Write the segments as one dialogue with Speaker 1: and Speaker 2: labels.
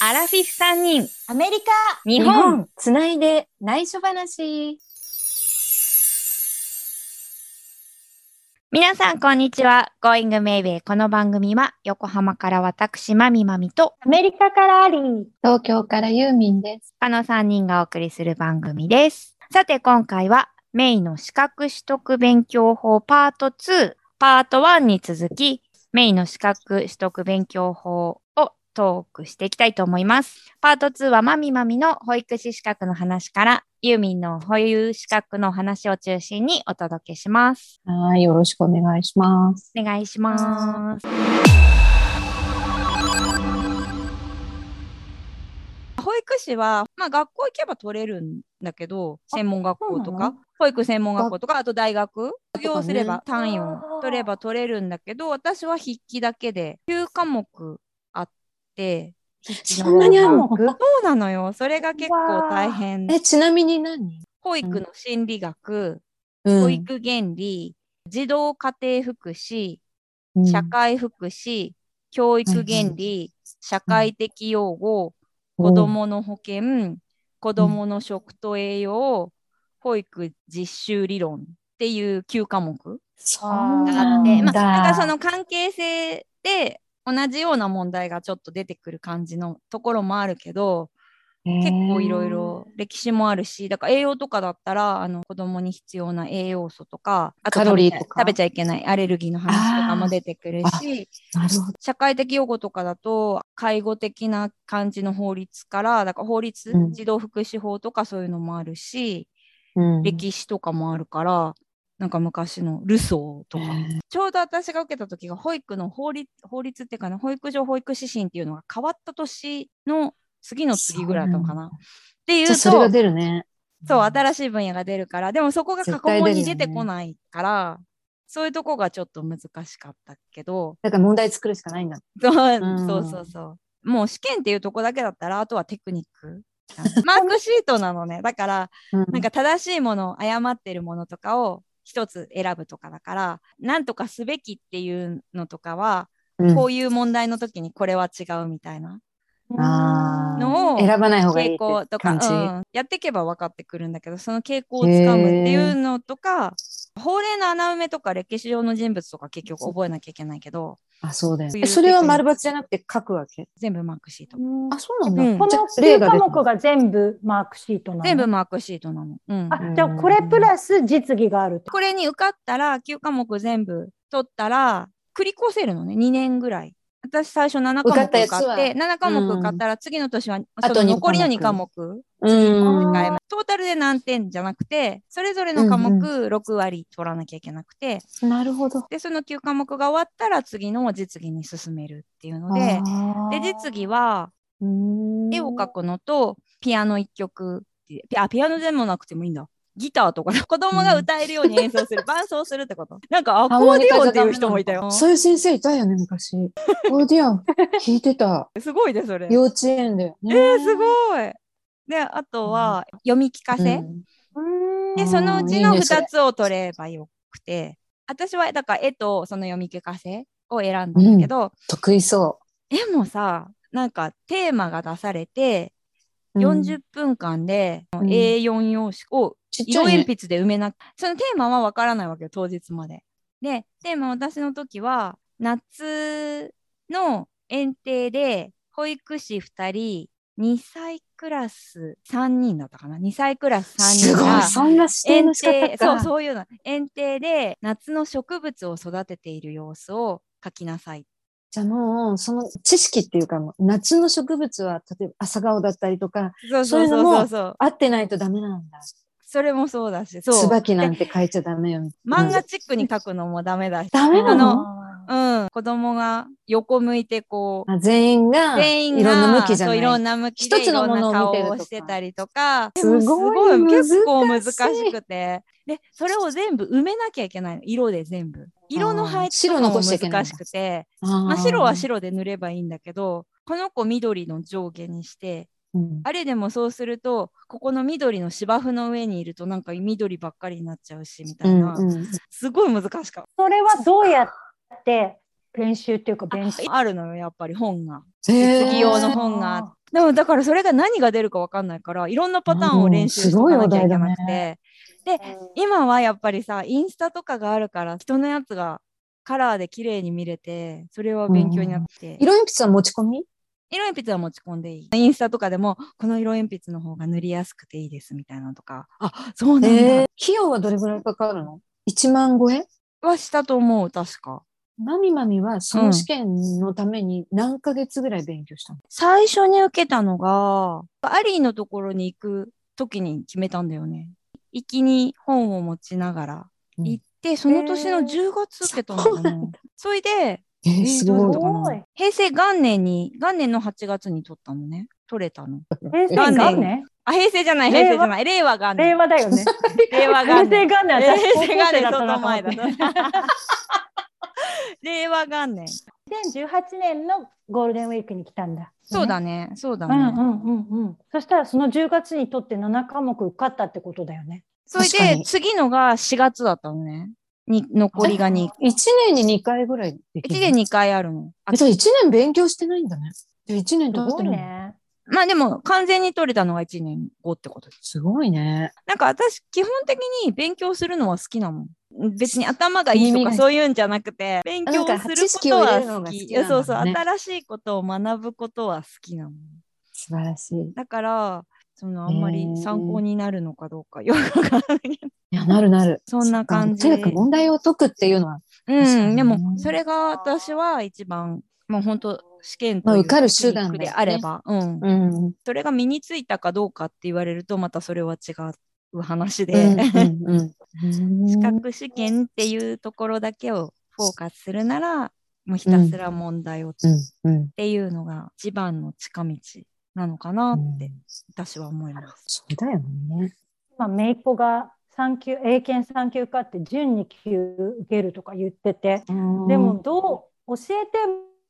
Speaker 1: アラフィフ3人、
Speaker 2: アメリカ
Speaker 1: 日本。
Speaker 3: つないで内緒話。
Speaker 1: 皆さん、こんにちは。Going Maybe。この番組は、横浜から私、まみまみと、
Speaker 2: アメリカからありー
Speaker 3: 東京からユーミンです。
Speaker 1: 他の3人がお送りする番組です。さて、今回は、メイの資格取得勉強法パート2、パート1に続き、メイの資格取得勉強法をトークしていきたいと思います。パート2は、まみまみの保育士資格の話から、ユーミンの保有資格の話を中心にお届けします。
Speaker 3: はい、よろしくお願いします。
Speaker 1: お願いします。保育士は、まあ、学校行けば取れるんだけど専門学校と
Speaker 3: そうな
Speaker 1: か
Speaker 3: の
Speaker 1: 保育専門学校とかあと大学卒業すれば単位
Speaker 2: あ
Speaker 1: を
Speaker 2: ー
Speaker 1: 取れば取れるんだけど私は筆記だけで9科目あって筆記の
Speaker 3: そんなにあるの
Speaker 1: 方がそうなのよそれが結構大変
Speaker 3: え、ちなみに何
Speaker 1: 保育の心理学、
Speaker 3: う
Speaker 1: 保
Speaker 3: ん
Speaker 1: 育原理児童家庭福祉
Speaker 3: うん
Speaker 1: 社会福祉、教育原理、社会的養護、子どもの保険、子どもの食と栄養、保育実習理論っていう9科目
Speaker 3: そう
Speaker 1: が
Speaker 3: な
Speaker 1: あっ
Speaker 3: ん
Speaker 1: て、
Speaker 3: だ。
Speaker 1: まあ、なんかその関係性で同じような問題がちょっと出てくる感じのところもあるけど、結構いろいろ歴史もあるしだから栄養とかだったらあの子供に必要な栄養素とかあと
Speaker 3: カロリーとか
Speaker 1: 食べちゃいけないアレルギーの話とかも出てくる
Speaker 3: あ
Speaker 1: し
Speaker 3: へー。なるほど。
Speaker 1: 社会的用語とかだと介護的な感じの法律からだから法律、
Speaker 3: うん
Speaker 1: 児童福祉法とかそういうのもあるし、
Speaker 3: うん
Speaker 1: 歴史とかもあるからなんか昔のルソーとか、ちょうど私が受けた時が保育の法律法律っていうかな保育所保育指針っていうのが変わった年の次の次ぐらいだったのかな。っていう
Speaker 3: じゃ
Speaker 1: と
Speaker 3: あそれが出るね。
Speaker 1: そう新しい分野が出るからでもそこが過去問に出てこないから、そういうとこがちょっと難しかったけど。
Speaker 3: だから問題作るしかないんだ。
Speaker 1: そう
Speaker 3: うん
Speaker 1: そうそうそう。もう試験っていうとこだけだったら、あとはテクニック。 マークシートなのね。だから、
Speaker 3: な
Speaker 1: なん、か正しいもの、誤ってるものとかを一つ選ぶとかだから、なんとかすべきっていうのとかは、
Speaker 3: うん
Speaker 1: こういう問題の時にこれは違うみたいな
Speaker 3: あー
Speaker 1: のを、
Speaker 3: 選ばない方がいい
Speaker 1: 傾
Speaker 3: って
Speaker 1: 向とか、
Speaker 3: 感じ。
Speaker 1: うんやっていけば分かってくるんだけどその傾向をつかむっていうのとか法令の穴埋めとか歴史上の人物とか結局覚えなきゃいけないけど
Speaker 3: あ、そうだよ
Speaker 1: そう
Speaker 3: ね。
Speaker 1: いう
Speaker 3: えそれは丸抜じゃなくて書くわけ
Speaker 1: 全部マークシート。
Speaker 3: あ、そうなんだ。
Speaker 1: うん
Speaker 2: こ
Speaker 3: じゃ
Speaker 2: の
Speaker 3: あ例
Speaker 2: 9
Speaker 3: が
Speaker 2: 科
Speaker 3: 出て
Speaker 2: 目が全部マークシートなの
Speaker 1: 全部マークシートなの。うん、
Speaker 2: あ、じゃあこれプラス実技があるって
Speaker 1: これに受かったら9科目全部取ったら繰り越せるのね2年ぐらい。私最初7科目
Speaker 3: 受かった
Speaker 1: 受
Speaker 3: やつ
Speaker 1: か
Speaker 3: は
Speaker 1: って7科目
Speaker 3: うん
Speaker 1: 受かったら次の年は
Speaker 3: あと
Speaker 1: そ
Speaker 3: 二
Speaker 1: の
Speaker 3: 科目
Speaker 1: 残りの2科目
Speaker 3: うん。
Speaker 1: 変えますトータルで何点じゃなくてそれぞれの科目
Speaker 3: うん
Speaker 1: 6割取らなきゃいけなくて
Speaker 3: なるほど。
Speaker 1: でその9科目が終わったら次の実技に進めるっていうのでで実技は絵
Speaker 3: 絵
Speaker 1: を描くのとピアノ1曲ってピあピアノでもなくてもいいんだギターとか子供が歌えるように 演奏する、伴奏するってことなんかアコーディオンっていう人もいたよ
Speaker 3: そういう先生いたよね、 昔。オーディオン弾いてた。
Speaker 1: すごいねそれ
Speaker 3: 幼稚園だよね。
Speaker 1: えーすごいであとは読み聞かせ、
Speaker 3: うん
Speaker 2: うん
Speaker 1: でそのうちの
Speaker 3: いいねそれ
Speaker 1: 2つを取ればよくて私はだから絵とその読み聞かせを選んだんだけど、
Speaker 3: 得意そ
Speaker 1: 絵もさなんかテーマが出されて
Speaker 3: う。
Speaker 1: 40分間で
Speaker 3: ん
Speaker 1: A4 用紙を
Speaker 3: ちっちゃ
Speaker 1: 色
Speaker 3: い、
Speaker 1: 鉛
Speaker 3: ね。
Speaker 1: 筆で埋めなそのテーマは分からないわけよ当日まで。でテーマ私の時は夏の園庭で保育士2人2歳クラス3人だったかな2歳クラス3人
Speaker 3: すご
Speaker 1: が
Speaker 3: い。そんな指定
Speaker 1: 園
Speaker 3: の仕方
Speaker 1: 庭そう
Speaker 3: か。う
Speaker 1: そういうの園庭で夏の植物を育てている様子を描きなさい。
Speaker 3: じゃあもう、その知識っていうか、もう夏の植物は、例えば朝顔だったりとか、
Speaker 1: そう
Speaker 3: そう
Speaker 1: そうそうそうそう
Speaker 3: 合ってないとダメなんだ。
Speaker 1: それもそうだしそう
Speaker 3: 椿なんて書いちゃダメよ。
Speaker 1: 漫
Speaker 3: う
Speaker 1: 画
Speaker 3: ん
Speaker 1: チックに描くのもダメだし、
Speaker 3: ダメなの
Speaker 1: うん、子供が横向いてこう
Speaker 3: あ全員が、
Speaker 1: 全員が
Speaker 3: いろんな向きじゃ
Speaker 1: そういろ
Speaker 3: ない。
Speaker 1: んな向きで
Speaker 3: 一つのものを見て
Speaker 1: い
Speaker 3: るとか
Speaker 1: ろんな顔をしてたりとか
Speaker 3: すごい
Speaker 1: でも
Speaker 3: 難しい
Speaker 1: 結構難しくてでそれを全部埋めなきゃいけないの色で全部色の配置と
Speaker 3: 白
Speaker 1: かも
Speaker 3: 残しちゃいけないん
Speaker 1: 難
Speaker 3: だ
Speaker 1: しくて、ま
Speaker 3: ま
Speaker 1: あ、白は、白で塗ればいいんだけどこの子緑の上下にして
Speaker 3: うん
Speaker 1: あれでもそうするとここの緑の芝生の上にいるとなんか緑ばっかりになっちゃうしみた
Speaker 3: う
Speaker 1: い
Speaker 3: ん
Speaker 1: な、
Speaker 3: うん
Speaker 1: すごい難しかった。
Speaker 2: それはどうやって練習っていうか勉強。
Speaker 1: あるのよやっぱり本が。
Speaker 3: へー
Speaker 1: 実技用の本があってでもだからそれが何が出るか分かんないからいろんなパターンを練習していかなきゃいけなくて、今はやっぱりさインスタとかがあるから人のやつがカラーで綺麗に見れてそれは勉強になって、
Speaker 3: 色鉛筆は持ち込み
Speaker 1: 色鉛筆は持ち込んでいいインスタとかでもこの色鉛筆の方が塗りやすくていいですみたいなのとかあそうなんだ、
Speaker 3: 費用はどれぐらいかかるの ?1 万超え
Speaker 1: はしたと思う確か
Speaker 3: マミマミはその試験のために何ヶ月ぐらい勉強したの、
Speaker 1: 最初に受けたのがアリーのところに行く時に決めたんだよね行きに本を持ちながら
Speaker 3: うん
Speaker 1: 行って、その年の10月受けたの
Speaker 3: そう
Speaker 1: か
Speaker 3: な
Speaker 1: なそれで
Speaker 3: えーすごい
Speaker 1: どうだったかな
Speaker 2: すごい
Speaker 1: 平成元年に元年の8月に取ったのね取れたの
Speaker 2: 平成
Speaker 1: 元
Speaker 2: 元
Speaker 1: 年
Speaker 2: 年
Speaker 1: あ平成じゃない平成じゃない令和元
Speaker 2: 令
Speaker 1: 年
Speaker 2: 和だよね。
Speaker 1: 令和
Speaker 2: 平
Speaker 1: 元
Speaker 2: 成
Speaker 1: 年
Speaker 2: 元年、
Speaker 1: 平
Speaker 2: 私高校
Speaker 1: 成元
Speaker 2: 生だ
Speaker 1: 年
Speaker 2: っ
Speaker 1: その
Speaker 2: たなと思っ
Speaker 1: 前
Speaker 2: て
Speaker 1: だ令和元年
Speaker 2: 2018年のゴールデンウィークに来たんだ。
Speaker 1: そうだねそうだ
Speaker 2: う
Speaker 1: ね、
Speaker 2: んうんうんうん。そしたらその10月にとって7科目受かったってことだよね。
Speaker 1: それ
Speaker 3: 確か
Speaker 1: で
Speaker 3: に
Speaker 1: 次のが4月だったのねに残りが2
Speaker 3: 1年に2回ぐらいできる
Speaker 1: 1年2回あるの。あ
Speaker 3: えじゃあ1年勉強してないんだね。じゃあ1年経ってない。
Speaker 2: ね。
Speaker 1: まあでも完全に取れたのが1年後ってことです。
Speaker 3: すごいね。
Speaker 1: なんか私基本的に勉強するのは好きなもん。別に頭がいいと
Speaker 3: 耳が
Speaker 1: かそういうんじゃなくて勉強
Speaker 3: なん
Speaker 1: す
Speaker 3: か
Speaker 1: る
Speaker 3: 知
Speaker 1: こ
Speaker 3: 識
Speaker 1: と
Speaker 3: を
Speaker 1: は
Speaker 3: 入れるの
Speaker 1: 好
Speaker 3: が好
Speaker 1: き。
Speaker 3: きなんだね
Speaker 1: そうそう新しいことを学ぶことは好きなの。
Speaker 3: 素晴らしい。
Speaker 1: だからそのあんまり参考になるのかどうかよくわからないけど。
Speaker 3: いや、なるなる。
Speaker 1: そんな感じ
Speaker 3: そっかとにかく問題を解くっていうのは、確か
Speaker 1: う
Speaker 3: に
Speaker 1: ん、
Speaker 3: ね
Speaker 1: でもそれが私は一番もう本当試験と
Speaker 3: まあ
Speaker 1: いう
Speaker 3: 受かる手段だよね
Speaker 1: テクニックであれば、うん、
Speaker 3: うん。
Speaker 1: それが身についたかどうかって言われるとまたそれは違う話で、
Speaker 3: うんうん うん
Speaker 1: 資格試験っていうところだけをフォーカスするならもうひたすら問題をっ
Speaker 3: うんうん
Speaker 1: ていうのが一番の近道なのかなって私は思いま
Speaker 3: そ
Speaker 1: す。
Speaker 3: うだよね。
Speaker 2: まあ、めいっ子が3級、英検3級受かって準2級受けるとか言ってて、
Speaker 3: で
Speaker 2: でも、どう、教え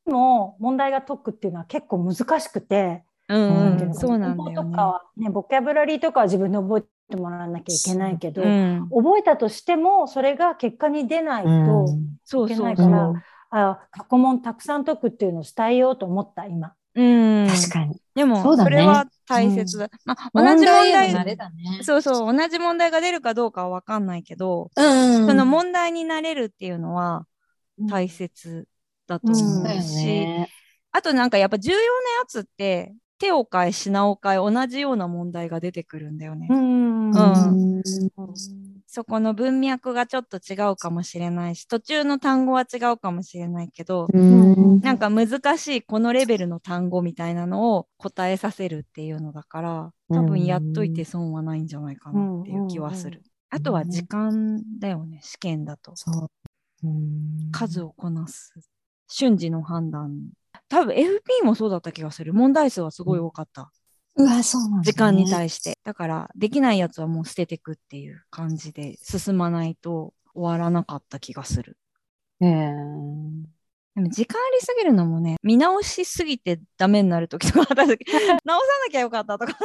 Speaker 2: ても問題が解くっていうのは結構難しくて、
Speaker 1: うん
Speaker 2: て
Speaker 1: うん、
Speaker 2: いのか
Speaker 1: そうなんだよ
Speaker 2: 文法
Speaker 1: ね
Speaker 2: とか。はね、ボキャブラリーとかは自分で覚えてもらわなきゃいけないけど、
Speaker 1: うん、
Speaker 2: 覚えたとしてもそれが結果に出ないと、
Speaker 3: うん
Speaker 1: そう
Speaker 2: いけ
Speaker 1: そ
Speaker 2: な
Speaker 1: う
Speaker 2: い
Speaker 1: そ
Speaker 2: か
Speaker 1: う。
Speaker 2: らあ過去問たくさん解くっていうのを伝えようと思った今。
Speaker 1: うん、
Speaker 3: 確かに。
Speaker 1: でも
Speaker 3: そうだ
Speaker 1: そ
Speaker 3: ね
Speaker 1: れは大切だ。まあ、同じ問
Speaker 3: への慣
Speaker 1: 題
Speaker 3: れだね。
Speaker 1: そうそう同じ問題が出るかどうかは分かんないけど、
Speaker 3: うんうん
Speaker 1: その問題になれるっていうのは大切だと
Speaker 2: うん
Speaker 1: 思
Speaker 3: そうだ
Speaker 1: う
Speaker 3: よ
Speaker 1: し、
Speaker 3: ね。
Speaker 1: あとなんかやっぱ重要なやつって手を変え品を変え同じような問題が出てくるんだよね。
Speaker 2: うん
Speaker 1: うん
Speaker 3: うん
Speaker 1: そこの文脈がちょっと違うかもしれないし途中の単語は違うかもしれないけど、
Speaker 3: うん
Speaker 1: なんか難しいこのレベルの単語みたいなのを答えさせるっていうのだから多分やっといて損はないんじゃないかなっていう気はする。あとは時間だよね試験だと。
Speaker 3: そう。うん
Speaker 1: 数をこなす瞬時の判断多分 FP もそうだった気がする問題数はすごい多かった、
Speaker 3: うわ、そうなんだね
Speaker 1: 時間に対してだからできないやつはもう捨ててくっていう感じで進まないと終わらなかった気がする
Speaker 3: へー
Speaker 1: でも時間ありすぎるのもね見直しすぎてダメになる時とかあっ た時直さなきゃよかったとか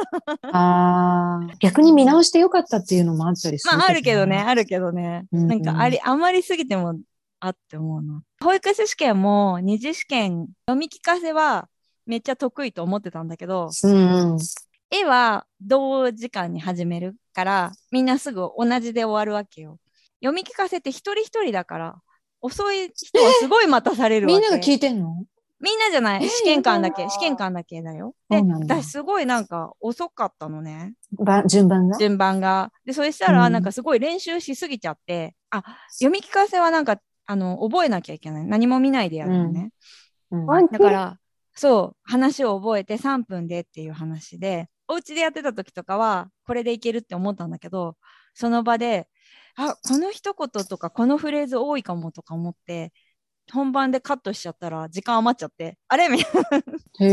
Speaker 3: あー逆に見直してよかったっていうのもあったりする。
Speaker 1: まああるけどね。あるけどね、
Speaker 3: うんうん
Speaker 1: なんかありあまりすぎてもあって思うな保育士試験も二次試験読み聞かせはめっちゃ得意と思ってたんだけど
Speaker 3: うんうん。
Speaker 1: 絵は同時間に始めるからみんなすぐ同じで終わるわけよ読み聞かせって一人一人だから遅い人はすごい待たされるわ
Speaker 3: み
Speaker 1: け
Speaker 3: んなが聞いてんの
Speaker 1: みんなじゃない
Speaker 3: えー
Speaker 1: 試験官だ
Speaker 2: や
Speaker 1: け
Speaker 2: だ
Speaker 1: 試験官だけだよで
Speaker 3: そうなんだ
Speaker 1: 私すごいなんか遅かったのね
Speaker 3: ば順番が
Speaker 1: 順番がでそれし
Speaker 3: う
Speaker 1: たら
Speaker 3: ん
Speaker 1: なんかすごい練習しすぎちゃって、あ読み聞かせはなんかあの覚えなきゃいけない何も見ないでやるのね、
Speaker 3: うん
Speaker 2: ワン
Speaker 1: だから、そう、話を覚えて3分でっていう話で、お家でやってた時とかは、これでいけるって思ったんだけど、その場で、あ、この一言とか、このフレーズ多いかもとか思って、本番でカットしちゃったら時間余っちゃって、あれみたいな、
Speaker 3: へ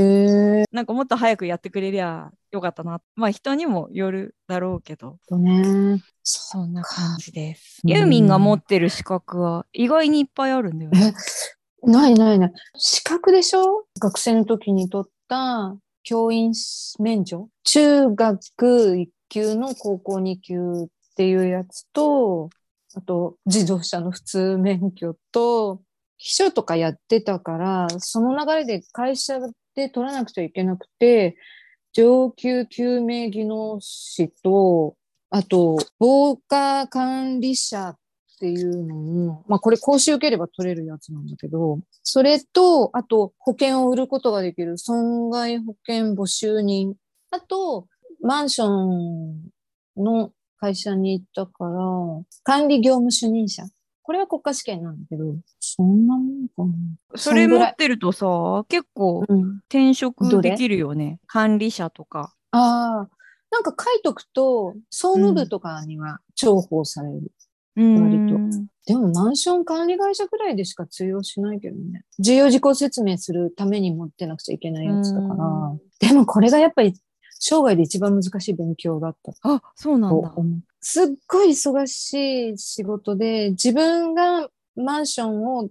Speaker 3: え。
Speaker 1: なんかもっと早くやってくれりゃよかったな。まあ人にもよるだろうけど、
Speaker 3: とね。そ
Speaker 1: そんな感じです。
Speaker 3: うん
Speaker 1: ユーミンが持ってる資格は意外にいっぱいあるんだよね。
Speaker 3: う。ないないない。資格でしょ学生の時に取った教員免除。中学1級の高校2級っていうやつと、あと自動車の普通免許と、秘書とかやってたから、その流れで会社で取らなくちゃいけなくて、上級救命技能士と、あと、防火管理者っていうのも、まあこれ講習受ければ取れるやつなんだけど、それと、あと保険を売ることができる損害保険募集人、あと、マンションの会社に行ったから、管理業務主任者。これは国家試験なんだけど、そんなもんかな。
Speaker 1: それ
Speaker 3: んぐ
Speaker 1: 持
Speaker 3: ら
Speaker 1: っ
Speaker 3: い
Speaker 1: てるとさ、結構
Speaker 3: うん、
Speaker 1: 転職
Speaker 3: どれ
Speaker 1: できるよね。管理者とか。
Speaker 3: ああ、なんか書いとくと、総務部とかには重宝される。
Speaker 1: うん。
Speaker 3: でもマンション管理会社くらいでしか通用しないけどね。重要事項説明するために持ってなくちゃいけないやつだから。でもこれがやっぱり生涯で一番難しい勉強だった
Speaker 1: あ、そうな
Speaker 3: と
Speaker 1: んだ。
Speaker 3: 思う。すっごい忙しい仕事で、自分がマンションを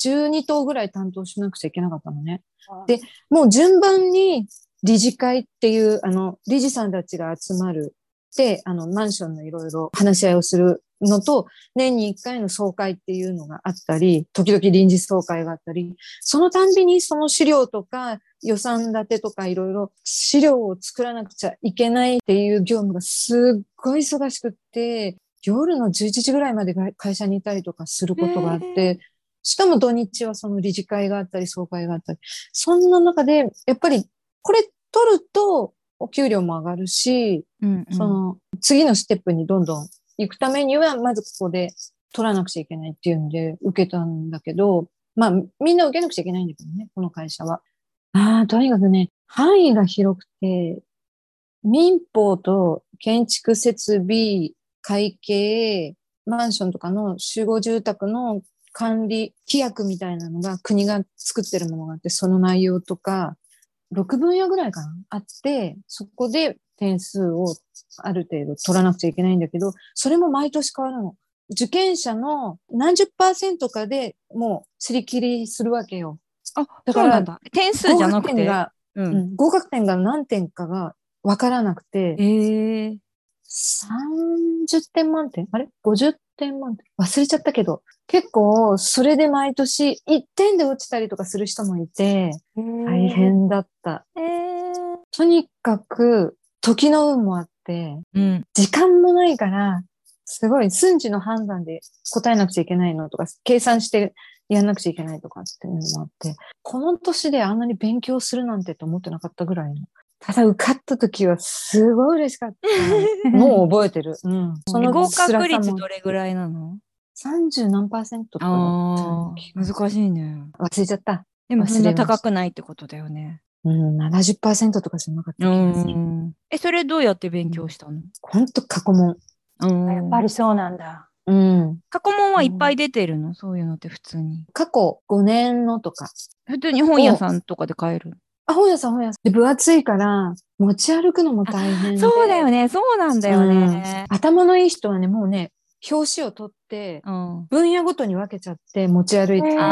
Speaker 3: 12棟ぐらい担当しなくちゃいけなかったのね。でもう順番に理事会っていう、あの、理事さんたちが集まる。で、あの、マンションのいろいろ話し合いをするのと、年に1回の総会っていうのがあったり、時々臨時総会があったり、そのたんびにその資料とか予算立てとかいろいろ資料を作らなくちゃいけないっていう業務がすっごい忙しくって、夜の11時ぐらいまでが会社にいたりとかすることがあって、
Speaker 1: へ
Speaker 3: しかも土日はその理事会があったり、総会があったり、そんな中で、やっぱりこれ取るとお給料も上がるし、
Speaker 1: うんうん
Speaker 3: その次のステップにどんどん行くためには、まずここで取らなくちゃいけないっていうんで受けたんだけど、まあみんな受けなくちゃいけないんだけどね、この会社は。ああ、とにかくね、範囲が広くて、民法と建築設備、会計、マンションとかの集合住宅の管理規約みたいなのが国が作ってるものがあって、その内容とか、6分野ぐらいかなあって、そこで点数をある程度取らなくちゃいけないんだけど、それも毎年変わるの。受験者の何十パーセントかでもうすり切りするわけよ。
Speaker 1: あ、
Speaker 3: だ
Speaker 1: そ
Speaker 3: か
Speaker 1: う
Speaker 3: ら
Speaker 1: なんだ。点数じゃな
Speaker 3: 合
Speaker 1: く
Speaker 3: 格点
Speaker 1: て。
Speaker 3: が
Speaker 1: う。
Speaker 3: うんん合格点が何点かが分からなくて、
Speaker 1: ええ。
Speaker 3: 30点満点あれ ?50 点満点忘れちゃったけど、結構それで毎年1点で落ちたりとかする人もいて、大変だった。
Speaker 2: えー
Speaker 3: とにかく時の運もあって、
Speaker 1: うん。
Speaker 3: 時間もないから、すごい瞬時の判断で答えなくちゃいけないのとか、計算してやんなくちゃいけないとかっていうのもあって、この年であんなに勉強するなんてと思ってなかったぐらいの。ただ受かった時はすごい嬉しか った。もう覚えてる。うん。そ
Speaker 1: 合格
Speaker 3: 辛さ
Speaker 1: 率
Speaker 3: も
Speaker 1: どれぐらいなの
Speaker 3: 30何パーセントとかだったよ
Speaker 1: ああ
Speaker 3: うな気が
Speaker 1: ー、難しいね。
Speaker 3: 忘れちゃった。
Speaker 1: でも
Speaker 3: 忘れ
Speaker 1: そんな
Speaker 3: ました
Speaker 1: 高くないってことだよね。
Speaker 3: うん、70%とかじゃなかった気がする。
Speaker 1: え、それどうやって勉強したの
Speaker 3: ほんと過去問。
Speaker 1: うん
Speaker 2: やっぱりそうなんだ。
Speaker 3: うん。
Speaker 1: 過去問はいっぱい出てるのそういうのって普通に。
Speaker 3: 過去5年のとか。
Speaker 1: 普通に本屋さんとかで買える。
Speaker 3: あ、本屋さん、本屋さん。で、分厚いから、持ち歩くのも大変で。
Speaker 1: そうだよね。そうなんだよね。
Speaker 3: うん頭のいい人はね、もうね、表紙を取って、
Speaker 1: うん。
Speaker 3: 分野ごとに分けちゃって持ち歩いて
Speaker 2: へ
Speaker 3: る
Speaker 2: ー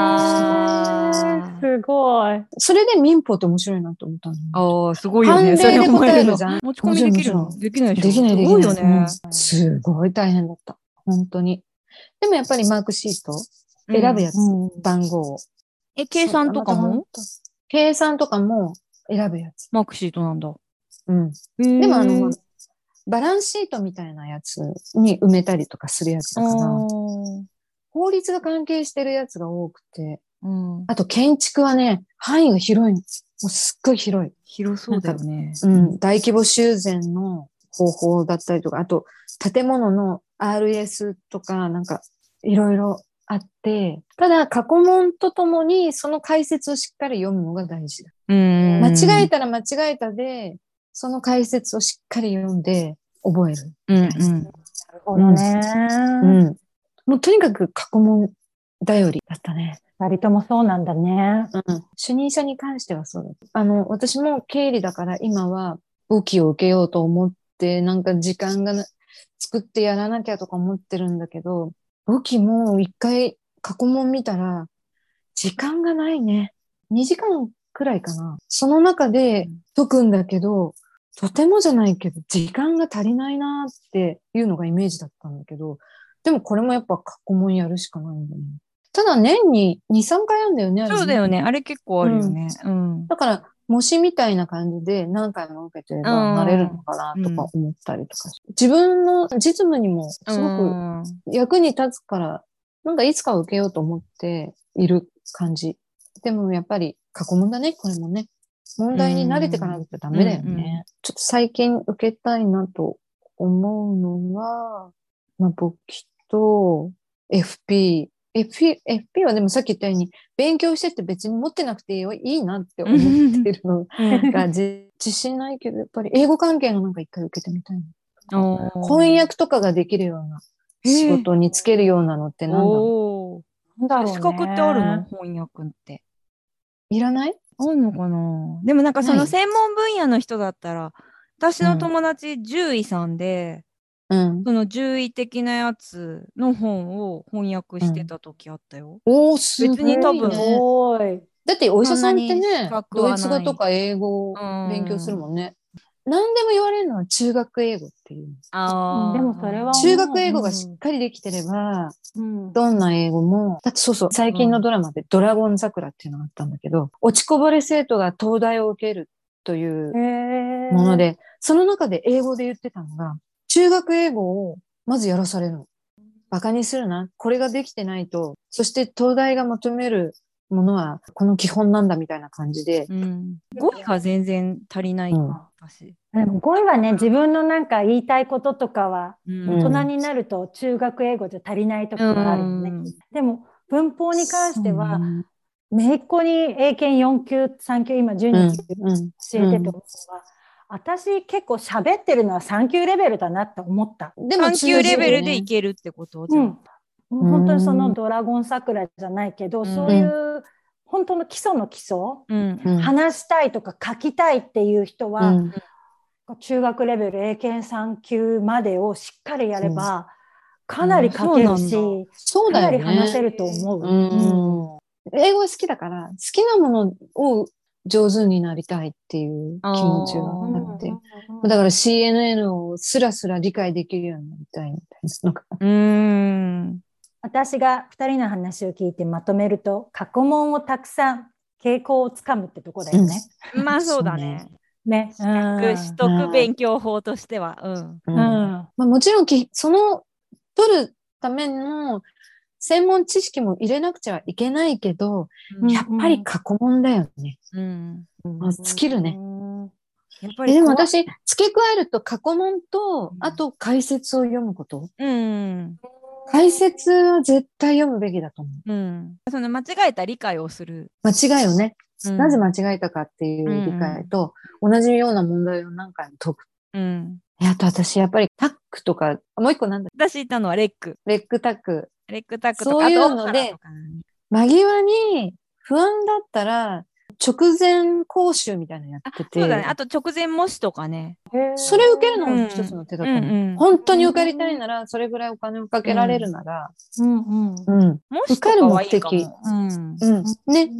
Speaker 1: あー
Speaker 2: すごい。
Speaker 3: それで民法って面白いなと思ったの。
Speaker 1: ああ、すごいよね。
Speaker 3: 判例で
Speaker 1: それ
Speaker 3: 答える
Speaker 1: 思
Speaker 3: じゃん
Speaker 1: えるの持ち込みできる
Speaker 3: も
Speaker 1: の
Speaker 3: ちろん
Speaker 1: できないでしょ
Speaker 3: できないできない。
Speaker 1: すごいよね。
Speaker 3: うんすごい大変だった。本当に。でもやっぱりマークシート、選ぶやつ、番号を。
Speaker 1: え、計算とか
Speaker 3: そう
Speaker 1: も
Speaker 3: 計算とかも選ぶやつ。
Speaker 1: マークシートなんだ。
Speaker 3: うん。で
Speaker 1: で
Speaker 3: もあの、バランスシートみたいなやつに埋めたりとかするやつだから、法律が関係してるやつが多くて、
Speaker 1: うん、
Speaker 3: あと建築はね、範囲が広いの。もうすっごい広い。
Speaker 1: 広そうだよね。
Speaker 3: うん。大規模修繕の方法だったりとか、あと建物の RS とか、なんかいろいろあって、ただ過去問とともにその解説をしっかり読むのが大事だ。
Speaker 1: うん
Speaker 3: 間違え
Speaker 1: え
Speaker 3: たら間違えたで、その解説をしっかり読んで覚える。
Speaker 1: うんうん。
Speaker 2: なるほどね。
Speaker 3: うん。もうとにかく過去問頼りだったね。
Speaker 2: 二人ともそうなんだね。
Speaker 3: うん。主任者に関してはそうだ。あの、私も経理だから今は簿記を受けようと思って、なんか時間がな作ってやらなきゃとか思ってるんだけど、簿記も一回過去問見たら、時間がないね。2時間くらいかな。その中で解くんだけど、とてもじゃないけど、時間が足りないなっていうのがイメージだったんだけど、でもこれもやっぱ過去問やるしかないんだね。ただ年に2、3回あるんだよね。あれね
Speaker 1: そうだよね。あれ結構あるよね。うん。
Speaker 3: だから、模試みたいな感じで何回も受けてれば
Speaker 1: うん
Speaker 3: なれるのかなとか思ったりとかして、自分の実務にもすご
Speaker 1: うん
Speaker 3: く役に立つから、なんかいつか受けようと思っている感じ。でもやっぱり過去問だね、これもね。問題に慣れてからだとダメだよね。
Speaker 1: うんうん
Speaker 3: ちょっと最近受けたいなと思うのは、まあ、簿記と FP。FP、FP はでもさっき言ったように、勉強してって別に持ってなくていいなって思っているのがじ自信ないけど、やっぱり英語関係のなんか一回受けてみたいな。翻訳とかができるような仕事につけるようなのってなんだろ
Speaker 1: おー
Speaker 2: なんだろうね
Speaker 1: 資格ってあるの翻訳って。
Speaker 3: ういらない
Speaker 1: あんのかなでもなんかそ
Speaker 3: な
Speaker 1: の
Speaker 3: い
Speaker 1: 専門分野の人だったら、私の
Speaker 3: うん
Speaker 1: 友達獣医さんで、
Speaker 3: うん。
Speaker 1: その獣医的なやつの本を翻訳してた時あったよ。
Speaker 3: おー、すごい、ね。
Speaker 1: 別に多分
Speaker 2: すごい。
Speaker 3: だってお医者さんって
Speaker 1: そんなに
Speaker 3: ね
Speaker 1: 資、格は
Speaker 3: ドイ
Speaker 1: ない
Speaker 3: ツ語とか英語を勉強するもんね。何でも言われるのは中学英語っていう。
Speaker 1: あー
Speaker 2: でもそれは
Speaker 3: 中学英語がしっかりできてれば、
Speaker 2: うん。
Speaker 3: どんな英語も、だってそうそう、最近のドラマでドラゴン桜っていうのがあったんだけど、落ちこぼれ生徒が東大を受けるという
Speaker 2: へー
Speaker 3: もの。で、その中で英語で言ってたのが、中学英語をまずやらされるの。バカにするな。これができてないと、そして東大が求めるものはこの基本なんだみたいな感じで、
Speaker 1: うん、語彙が全然足りない
Speaker 3: うん
Speaker 1: か、私。
Speaker 2: でも語彙はね、自分のなんか言いたいこととかは、
Speaker 1: うん
Speaker 3: う
Speaker 2: 大
Speaker 3: ん
Speaker 2: 人になると中学英語じゃ足りないところがあるよね。
Speaker 1: うん
Speaker 2: でも文法に関して
Speaker 3: そう
Speaker 2: は、
Speaker 3: ね
Speaker 2: めいっ子に英検4級、3級、今
Speaker 3: うん
Speaker 2: 12級
Speaker 3: うん
Speaker 2: 教えてて思うのは、私結構喋ってるのは3級レベルだなって思った。
Speaker 3: で
Speaker 1: 3級レベルで
Speaker 3: い
Speaker 1: いけるってこと、
Speaker 2: う
Speaker 1: じゃあ
Speaker 2: ん、本当にそのドラゴン桜じゃないけど、
Speaker 1: うん
Speaker 2: そういう本当の基礎の基礎、
Speaker 1: うん
Speaker 2: 話したいとか書きたいっていう人は、
Speaker 3: うん
Speaker 2: 中学レベル英検3級までをしっかりやれば、かなり書けるし、
Speaker 1: うん
Speaker 3: そう
Speaker 2: か
Speaker 3: だ
Speaker 2: な
Speaker 3: よね。
Speaker 2: り話せると思う。う
Speaker 3: う
Speaker 2: ん
Speaker 3: ん英語が好きだから、好きなものを上手になりたいっていう気持ちがあって。だから CNN をすらすら理解できるようになりたいみたいなのが。
Speaker 1: うーん。
Speaker 2: 私が2人の話を聞いてまとめると過去問をたくさん傾向をつかむってとこだよね。
Speaker 1: まあそうだね。
Speaker 2: ね。うん
Speaker 1: 取得勉強法としては。うん。
Speaker 3: う
Speaker 2: うんんうん
Speaker 3: まあ、もちろんき、その、取るための専門知識も入れなくちゃいけないけど、
Speaker 2: うん
Speaker 3: やっぱり過去問だよね。
Speaker 1: うん。
Speaker 3: まあ尽きるね。
Speaker 1: やっぱ
Speaker 3: え
Speaker 1: り
Speaker 3: でも
Speaker 1: 怖い
Speaker 3: 私、付け加えると過去問と
Speaker 1: う、ん
Speaker 3: あと解説を読むこと。
Speaker 1: うん。
Speaker 3: 解説は絶対読むべきだと思う。
Speaker 1: うん。その間違えた理解をする。
Speaker 3: 間違いをね、
Speaker 1: うん
Speaker 3: なぜ間違えたかっていう理解と、同じような問題を何回も解く。
Speaker 1: うん。
Speaker 3: えあと私、やっぱりタックとか、もう一個なんだ
Speaker 1: 私言ったのはレック。
Speaker 3: レッグタック。
Speaker 1: レックタックと
Speaker 3: そう
Speaker 1: か、
Speaker 3: いう
Speaker 1: あと
Speaker 3: の
Speaker 1: オ
Speaker 3: で
Speaker 1: ハラとかね
Speaker 3: 間際に不安だったら、直前講習みたいなのや
Speaker 1: あ
Speaker 3: ってて。
Speaker 1: そうだね。あと直前模試とかね。
Speaker 3: それ受けるのも一つの手だ
Speaker 1: う
Speaker 3: と
Speaker 1: んう
Speaker 3: 思う。
Speaker 1: ん。
Speaker 3: 本当に受かりたいなら、それぐらいお金をかけられるなら、
Speaker 2: うんうん
Speaker 3: うん、
Speaker 1: 模試とかはいいか
Speaker 3: 受かる
Speaker 1: も。うん。
Speaker 3: うん。ね、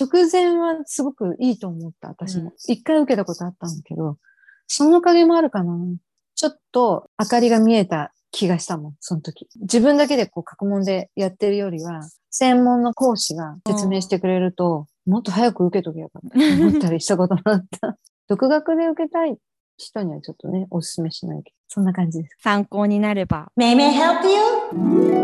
Speaker 3: 直前はすごくいいと思った、私も。一、回受けたことあったんだけど、そのおかげもあるかな。ちょっと明かりが見えた気がしたもん、その時。自分だけでこう、過去問でやってるよりは、専門の講師が説明してくれると、もっと早く受けとけよかったと思ったりしたこともあった。 独学で受けたい人にはちょっとね、お勧めしないけど、そんな感じです。
Speaker 1: 参考になれば。
Speaker 2: May I help you?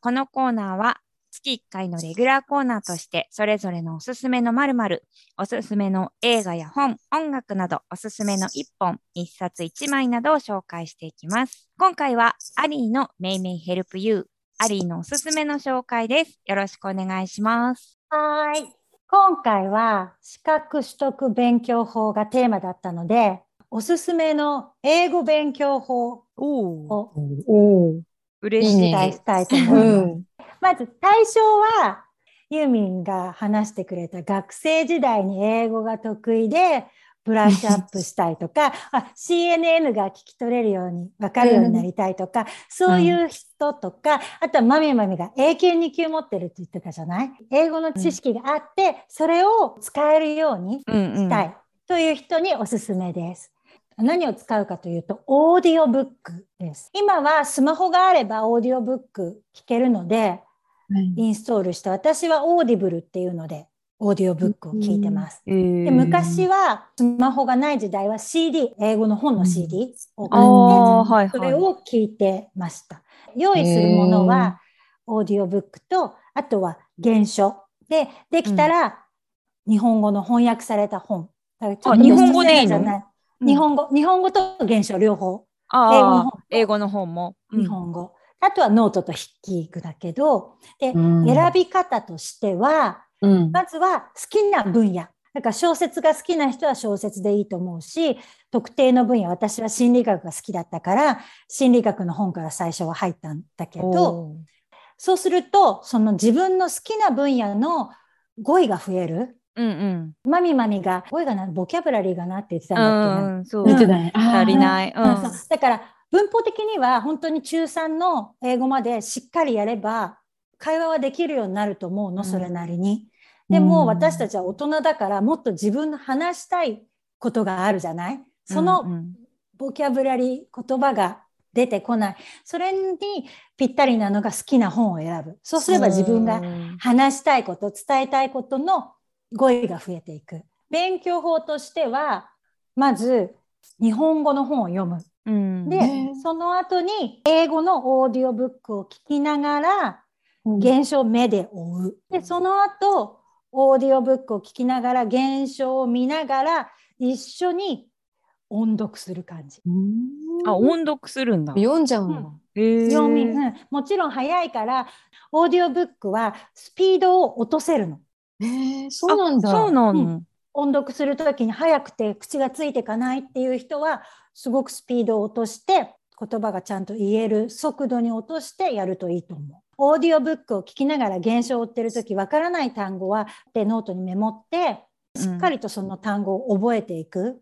Speaker 4: このコーナーは月1回のレギュラーコーナーとしてそれぞれのおすすめの〇〇おすすめの映画や本、音楽などおすすめの1本、1冊1枚などを紹介していきます。今回はアリーのめいめいヘルプユー、アリーのおすすめの紹介です。よろしくお願いします。
Speaker 2: はーい。今回は資格取得勉強法がテーマだったので、おすすめの英語勉強法
Speaker 1: おお。
Speaker 2: を
Speaker 3: おお。
Speaker 1: 嬉し
Speaker 3: いい
Speaker 1: い。
Speaker 3: ね
Speaker 2: お伝えしたいと思います。
Speaker 3: うん。
Speaker 2: まず対象はユーミンが話してくれた学生時代に英語が得意でブラッシュアップしたいとかあ CNN が聞き取れるように分かるようになりたいとか、そういう人とかあとはマミマミが英検2級持ってるって言ってたじゃない英語の知識があって、それを使えるように
Speaker 1: うんうん。
Speaker 2: したいという人におすすめです。何を使うかというと、オーディオブックです。今はスマホがあればオーディオブック聞けるので、
Speaker 3: はい
Speaker 2: インストールして、私はオーディブルっていうので、オーディオブックを聞いてます。
Speaker 4: えー
Speaker 2: で昔はスマホがない時代は CD 英語の本の CD を買
Speaker 4: あ
Speaker 2: って、
Speaker 4: あ、はい
Speaker 2: そ
Speaker 4: は
Speaker 2: れ
Speaker 4: い。
Speaker 2: を聞いてました。用意するものはオーディオブックとあとは原書でできたら日本語の翻訳された本。だからちょっと
Speaker 4: あ日本語でいい
Speaker 2: ベストセラー
Speaker 4: の
Speaker 2: じゃない日本語、日本語と原書両方、
Speaker 1: ああ
Speaker 2: 英
Speaker 1: 英語の本も。
Speaker 2: 日本語。あとはノートと筆記具だけど、で、
Speaker 3: うん
Speaker 2: 選び方としては、
Speaker 3: うん
Speaker 2: まずは好きな分野。だから小説が好きな人は小説でいいと思うし、特定の分野、私は心理学が好きだったから、心理学の本から最初は入ったんだけど、
Speaker 1: おー
Speaker 2: そうすると、その自分の好きな分野の語彙が増える。
Speaker 1: うん
Speaker 2: マミマミが、語彙がな、ボキャブラリーがなって言ってた
Speaker 1: うん
Speaker 2: だっけな。
Speaker 1: ん。うん、そう。
Speaker 3: 見てた
Speaker 1: 足
Speaker 3: ね。あ
Speaker 1: り
Speaker 3: ー
Speaker 1: ない。うん。
Speaker 2: そうだから文法的には本当に中3の英語までしっかりやれば会話はできるようになると思うの、
Speaker 1: ん
Speaker 2: それなりに。でも
Speaker 3: うん
Speaker 2: 私たちは大人だからもっと自分の話したいことがあるじゃないそ
Speaker 1: うん
Speaker 2: の
Speaker 1: うん
Speaker 2: ボキャブラリー言葉が出てこない。それにぴったりなのが好きな本を選ぶ。そうすれば自分が
Speaker 1: うん
Speaker 2: 話したいこと伝えたいことの語彙が増えていく。勉強法としてはまず日本語の本を読む。
Speaker 1: うん
Speaker 2: で、
Speaker 3: ね
Speaker 2: その後に英語のオーディオブックを聞きながら
Speaker 3: うん
Speaker 2: 現象を目で追う。でその後オーディオブックを聞きながら現象を見ながら一緒に音読する感じ。
Speaker 3: うん
Speaker 1: あ音読するんだ。
Speaker 3: 読んじゃうんだ。
Speaker 2: 読
Speaker 1: 読
Speaker 2: みうんもちろん早いからオーディオブックはスピードを落とせるの。
Speaker 3: えー、そうなんだ。
Speaker 1: そうなの。
Speaker 2: 音読する時に早くて口がついてかないっていう人はすごくスピードを落として言葉がちゃんと言える速度に落としてやるといいと思う。オーディオブックを聞きながら現象を追ってる時わからない単語はでノートにメモってしっかりとその単語を覚えていく、
Speaker 1: うん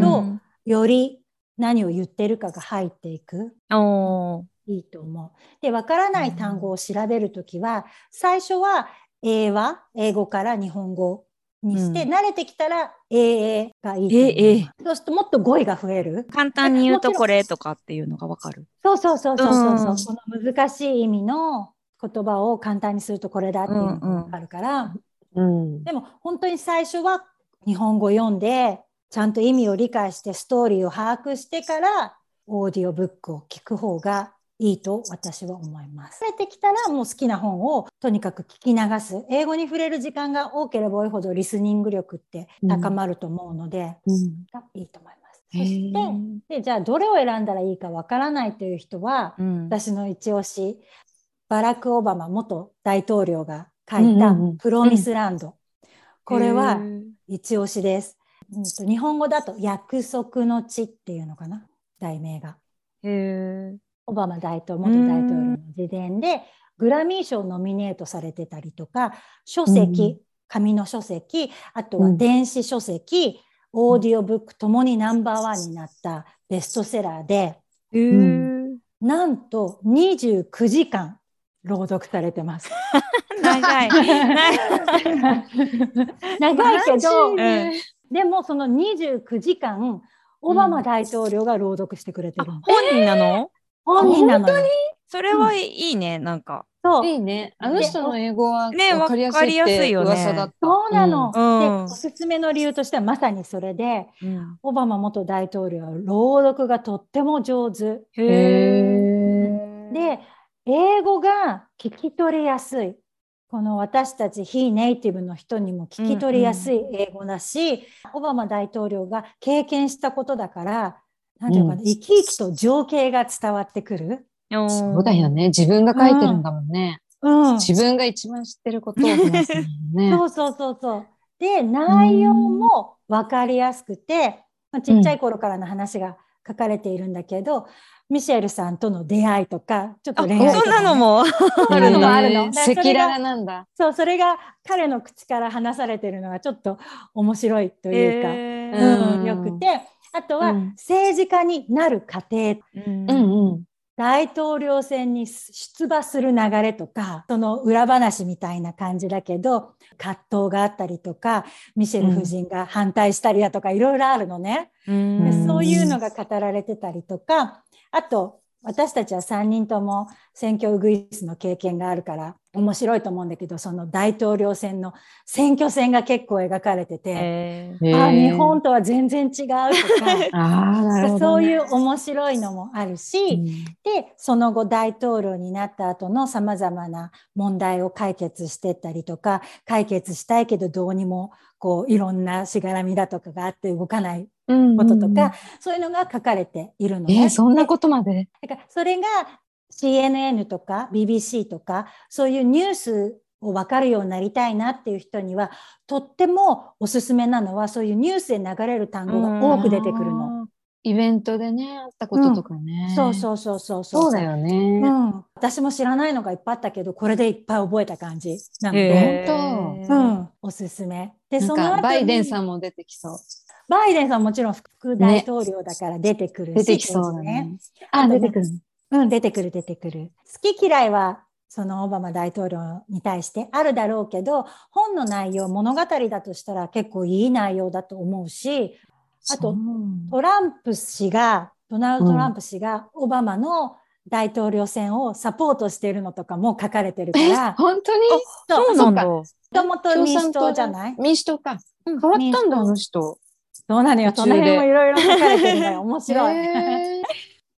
Speaker 2: どうより何を言ってるかが入っていく
Speaker 1: おー
Speaker 2: いいと思う。でわからない単語を調べる時は最初は英和英語から日本語にして、
Speaker 1: う
Speaker 2: 慣れてきたら英英がいいと思う。
Speaker 1: ええ
Speaker 2: そうするともっと語彙が増える。
Speaker 1: 簡単に言うと
Speaker 2: もちろん
Speaker 1: これとかっていうのがわかる。
Speaker 2: そうそうそうそうそう
Speaker 1: う
Speaker 2: そう
Speaker 1: ん
Speaker 2: この難しい意味の言葉を簡単にするとこれだっていうのがわかるから、
Speaker 3: うん。
Speaker 2: でも本当に最初は日本語読んでちゃんと意味を理解してストーリーを把握してからオーディオブックを聞く方がいいと私は思います。慣れてきたらもう好きな本をとにかく聞き流す英語に触れる時間が多ければ多いほどリスニング力って高まると思うので、
Speaker 3: うん
Speaker 2: がいいと思います。
Speaker 3: へ
Speaker 2: そし
Speaker 3: ー
Speaker 2: てでじゃあどれを選んだらいいかわからないという人は、
Speaker 1: うん
Speaker 2: 私の一押しバラク・オバマ元大統領が書い
Speaker 3: う
Speaker 2: た
Speaker 3: んうんうん
Speaker 2: 「プロミスランド」これは
Speaker 1: へ
Speaker 2: 一押しです、うんと日本語だと「約束の地」っていうのかな題名が
Speaker 1: ーへー
Speaker 2: オバマ大統領元大統領の自伝でグラミー賞ノミネートされてたりとか書籍、
Speaker 3: うん
Speaker 2: 紙の書籍あとは電子書籍、オーディオブックともにナンバーワンになったベストセラーで
Speaker 1: へー
Speaker 2: なんと29時間朗読されてます。
Speaker 1: 長い。長い
Speaker 2: 長いけど
Speaker 1: マジうん
Speaker 2: でもその29時間オバマ大統領が朗読してくれて
Speaker 1: あ
Speaker 2: るの、
Speaker 1: 本人なの？
Speaker 2: 本人なのよ
Speaker 1: それはいいねなんか。
Speaker 2: そう
Speaker 3: いいね。あの人の英語は
Speaker 1: ね
Speaker 3: わかりやすいっ
Speaker 1: わかりやす
Speaker 3: て
Speaker 1: いよね
Speaker 3: 噂だった。
Speaker 2: そうなの、
Speaker 1: うん
Speaker 2: でおすすめの理由としてはまさにそれで
Speaker 1: うん
Speaker 2: オバマ元大統領は朗読がとっても上手
Speaker 1: へえ。
Speaker 3: へえ。
Speaker 2: で英語が聞き取りやすいこの私たち非ネイティブの人にも聞き取りやすい英語だし、オバマ大統領が経験したことだから何ていうのかな、
Speaker 3: うん
Speaker 2: 生き生きと情景が伝わってくる。
Speaker 3: そうだよね。自分が書いてるんだもんね。
Speaker 2: うん、
Speaker 3: 自分が一番知ってることを話すんだもん
Speaker 2: そ
Speaker 3: ね。
Speaker 2: うそうそうそう。で内容も分かりやすくて、まあ、ちっちゃい頃からの話が書かれているんだけど、ミシェルさんとの出会いとかちょっと
Speaker 1: あ、
Speaker 2: 恋愛とかね、
Speaker 1: そんなのも。
Speaker 2: あるのもある
Speaker 3: へ
Speaker 2: の。
Speaker 3: ー
Speaker 2: だ からそ
Speaker 3: 赤
Speaker 2: れが
Speaker 3: 裸々なんだ。
Speaker 2: そうそれが彼の口から話されてるのがちょっと面白いというか、
Speaker 1: へ
Speaker 3: え
Speaker 1: ー
Speaker 2: うん、よくてあとは
Speaker 3: うん
Speaker 2: 政治家になる過程
Speaker 1: うん
Speaker 3: うんうん。
Speaker 2: 大統領選に出馬する流れとかその裏話みたいな感じだけど葛藤があったりとかミシェル夫人が反対したりだとかいろいろあるのね、
Speaker 1: うん
Speaker 2: で
Speaker 3: ん
Speaker 2: そういうのが語られてたりとかあと私たちは3人とも選挙ウグイスの経験があるから面白いと思うんだけどその大統領選の選挙戦が結構描かれてて、
Speaker 1: えー
Speaker 3: へ
Speaker 2: あ
Speaker 3: ー
Speaker 2: 日本とは全然違うとか
Speaker 3: あー なるほど、ね。
Speaker 2: そういう面白いのもあるし、
Speaker 3: うん
Speaker 2: でその後大統領になった後のさまざまな問題を解決してったりとか解決したいけどどうにもこういろんなしがらみだとかがあって動かないこととか、
Speaker 3: うんうんうん
Speaker 2: そういうのが書かれているのね。
Speaker 3: えーそんなことまで。
Speaker 2: だからそれが CNN とか BBC とかそういうニュースを分かるようになりたいなっていう人にはとってもおすすめなのはそういうニュースで流れる単語が多く出てくるの。
Speaker 3: あー。イベントでね、あったこととかね。
Speaker 2: そう
Speaker 3: う。
Speaker 2: そうそうそうそう。
Speaker 3: そうだよね。
Speaker 2: うん、私も知らないのがいっぱいあったけどこれでいっぱい覚えた感じなの
Speaker 1: え
Speaker 2: で、
Speaker 1: ー
Speaker 2: う
Speaker 1: うん
Speaker 2: ん、おすすめ。で
Speaker 3: なん
Speaker 2: その後
Speaker 3: か
Speaker 2: に
Speaker 3: バイデンさんも出てきそう。
Speaker 2: バイデンさんもちろん副大統領だから出てくるし、
Speaker 3: 出てきそうだね。
Speaker 2: あ
Speaker 3: あ、
Speaker 2: とね
Speaker 3: 出てくる。
Speaker 2: うん、出てくる出てくる。好き嫌いはそのオバマ大統領に対してあるだろうけど本の内容物語だとしたら結構いい内容だと思うしあ
Speaker 3: そ
Speaker 2: と
Speaker 3: う
Speaker 2: トランプ氏がドナルド・トランプ氏がオバマの大統領選をサポートしているのとかも書かれてるか
Speaker 3: え
Speaker 2: ら、
Speaker 3: 本当に
Speaker 1: そうなんだ。
Speaker 2: もともと
Speaker 3: 共
Speaker 2: 民主
Speaker 3: 産
Speaker 2: 党
Speaker 3: 党
Speaker 2: じゃない
Speaker 3: 民主党か。変わったんだ、あの人。
Speaker 2: そうなのよ。
Speaker 3: 途
Speaker 2: そ
Speaker 3: 中
Speaker 2: の
Speaker 3: で
Speaker 2: 辺もいろいろ書かれて るのよ。面白い。
Speaker 3: へ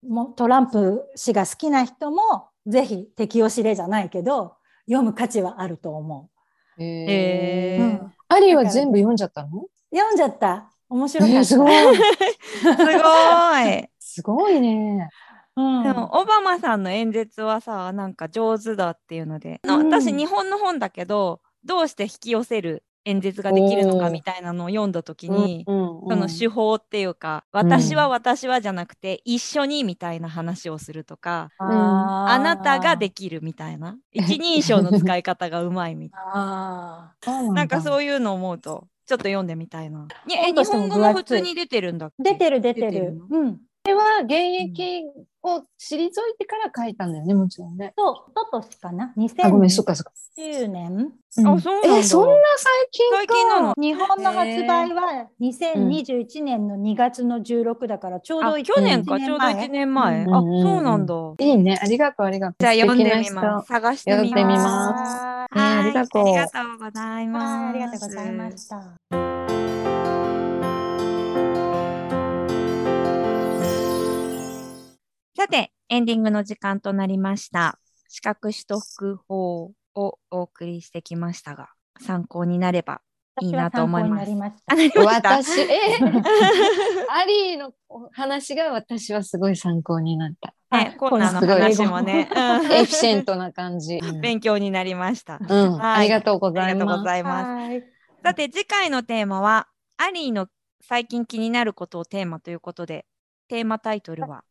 Speaker 3: ー
Speaker 2: もうトランプ氏が好きな人も、ぜひ適用しれじゃないけど、読む価値はあると思う。
Speaker 1: へ
Speaker 3: へ
Speaker 1: ー
Speaker 3: ー
Speaker 2: うん
Speaker 3: アリは全部読んじゃったの
Speaker 2: 読んじゃった。面白かった。
Speaker 3: えーすごい。
Speaker 1: すごーい。
Speaker 3: すごいね。
Speaker 2: うん
Speaker 1: でもオバマさんの演説はさなんか上手だっていうので、あの
Speaker 2: うん
Speaker 1: 私日本の本だけどどうして引き寄せる演説ができるのか
Speaker 3: おー
Speaker 1: みたいなのを読んだ時に、
Speaker 3: そ
Speaker 1: その手法っていうか「私は私は」じゃなくて「一緒に」みたいな話をするとか「あなたがで
Speaker 2: き
Speaker 1: きる」みたいな一人称の使い方がうまいみたい
Speaker 2: あー
Speaker 1: ななんか
Speaker 3: う
Speaker 1: そういうのを思うとちょっと読んでみたいな。にえ
Speaker 2: 本と
Speaker 1: 日
Speaker 2: しても
Speaker 1: 本語
Speaker 2: 分
Speaker 1: も
Speaker 2: 厚い
Speaker 1: 普通に出てるんだっけ
Speaker 2: 出てる出て
Speaker 1: 出て
Speaker 2: る
Speaker 1: るの。
Speaker 2: うん。
Speaker 3: は現役を退いてから書いたんだよね、もちろんね。
Speaker 2: そう、おととしかな。
Speaker 3: あ、ごめん、そっ
Speaker 2: 2010
Speaker 3: かそっか。
Speaker 2: 年。
Speaker 3: うん
Speaker 1: あそうなんだ
Speaker 3: え、そんな最近か
Speaker 1: 最近なの
Speaker 2: 日本の発売は2021年の2月の16だから、ちょうど
Speaker 1: あ
Speaker 2: 1
Speaker 1: 去年か
Speaker 2: 一
Speaker 1: ちょうど
Speaker 2: 前
Speaker 1: 1年前、
Speaker 3: うんうんうん
Speaker 1: あそうなんだ
Speaker 3: いいね。ありがとう、ありがとう。
Speaker 1: じゃあ読んでみ
Speaker 3: 素敵な
Speaker 1: ます。
Speaker 3: 人。
Speaker 1: 探して
Speaker 3: 読
Speaker 1: み
Speaker 3: んでみ
Speaker 1: ま。
Speaker 3: ますす。
Speaker 2: は
Speaker 3: ねありがとう
Speaker 1: はいありがとうござい
Speaker 2: い
Speaker 1: ます。
Speaker 2: ありがとうございました。
Speaker 1: さて、エンディングの時間となりました。資格取得法をお送りしてきましたが、参考になればいいなと思います
Speaker 2: 私は参考になりました
Speaker 1: あ、なりました。
Speaker 3: 私、え、 アリーのお話が私はすごい参考にな った。
Speaker 1: ね、コーナーの話もね、
Speaker 3: エフィシェントな感じ。
Speaker 1: うん 勉強になりました。
Speaker 3: うん、
Speaker 1: はい
Speaker 3: ありがとうご
Speaker 1: あ
Speaker 3: ざい
Speaker 1: りがとう
Speaker 3: ま
Speaker 1: ご
Speaker 3: す。
Speaker 1: ざいます。
Speaker 2: はい
Speaker 1: さて次回のテーマはアリーの最近気になることをテーマということで、テーマタイトルは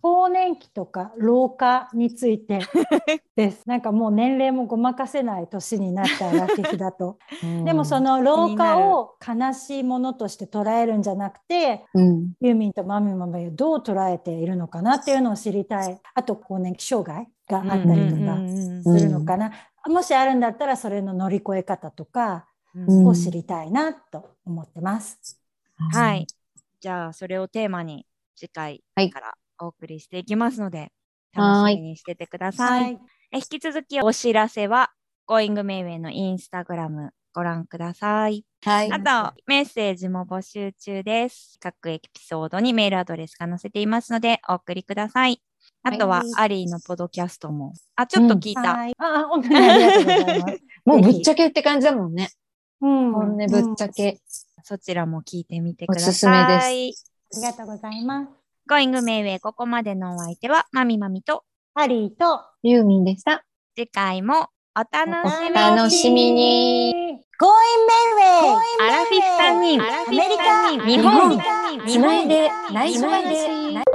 Speaker 2: 更年期とか老化について です。なんかもう年齢もごまかせない年になった私だと。
Speaker 3: うん
Speaker 2: でもそ、の老化を悲しいものとして捉えるんじゃなくて、
Speaker 3: うん、
Speaker 2: ユーミンとマミマミがどう捉えているのかなっていうのを知りたい。あと更年期障害があったりと
Speaker 1: うんう
Speaker 2: か
Speaker 1: んうんうん
Speaker 2: するのかな。もしあるんだったらそれの乗り越え方とか
Speaker 3: うん
Speaker 2: を知りたいなと思ってます。
Speaker 1: はい。。じゃあ、それをテーマに次回
Speaker 3: はい
Speaker 1: からお送りしていきますので、
Speaker 3: は
Speaker 1: 楽
Speaker 3: ーい
Speaker 1: しみにしててください。。え引き続きお知らせは、Going メイウェイのインスタグラムご覧ください。
Speaker 3: はい。
Speaker 1: あと、メッセージも募集中です。各エピソードにメールアドレスが載せていますので、お送りください。あとは
Speaker 2: はい、
Speaker 1: アリーのポドキャストも。あ、ちょっと聞いた。
Speaker 2: はい。あ、本当にありがとうございます。
Speaker 3: もうぶっちゃけって感じだもんね。
Speaker 2: うん
Speaker 3: 本音ぶっちゃけ。
Speaker 1: そちらも聞いてみてください。
Speaker 3: おすすめです
Speaker 2: ありがとうございます。
Speaker 1: Going メイウェイ、ここまでのお相手は、まみまみと、
Speaker 2: ハリーと
Speaker 3: ユーミンでした。
Speaker 1: 次回もお楽しみに。
Speaker 3: 楽しみに。
Speaker 2: ゴーインメルウェイ
Speaker 1: アラフィフ3人、アラフィフ3人、
Speaker 3: アメリ
Speaker 1: 日
Speaker 3: カ
Speaker 1: 本、
Speaker 3: 日本つないで、内緒
Speaker 1: つないで
Speaker 3: 話。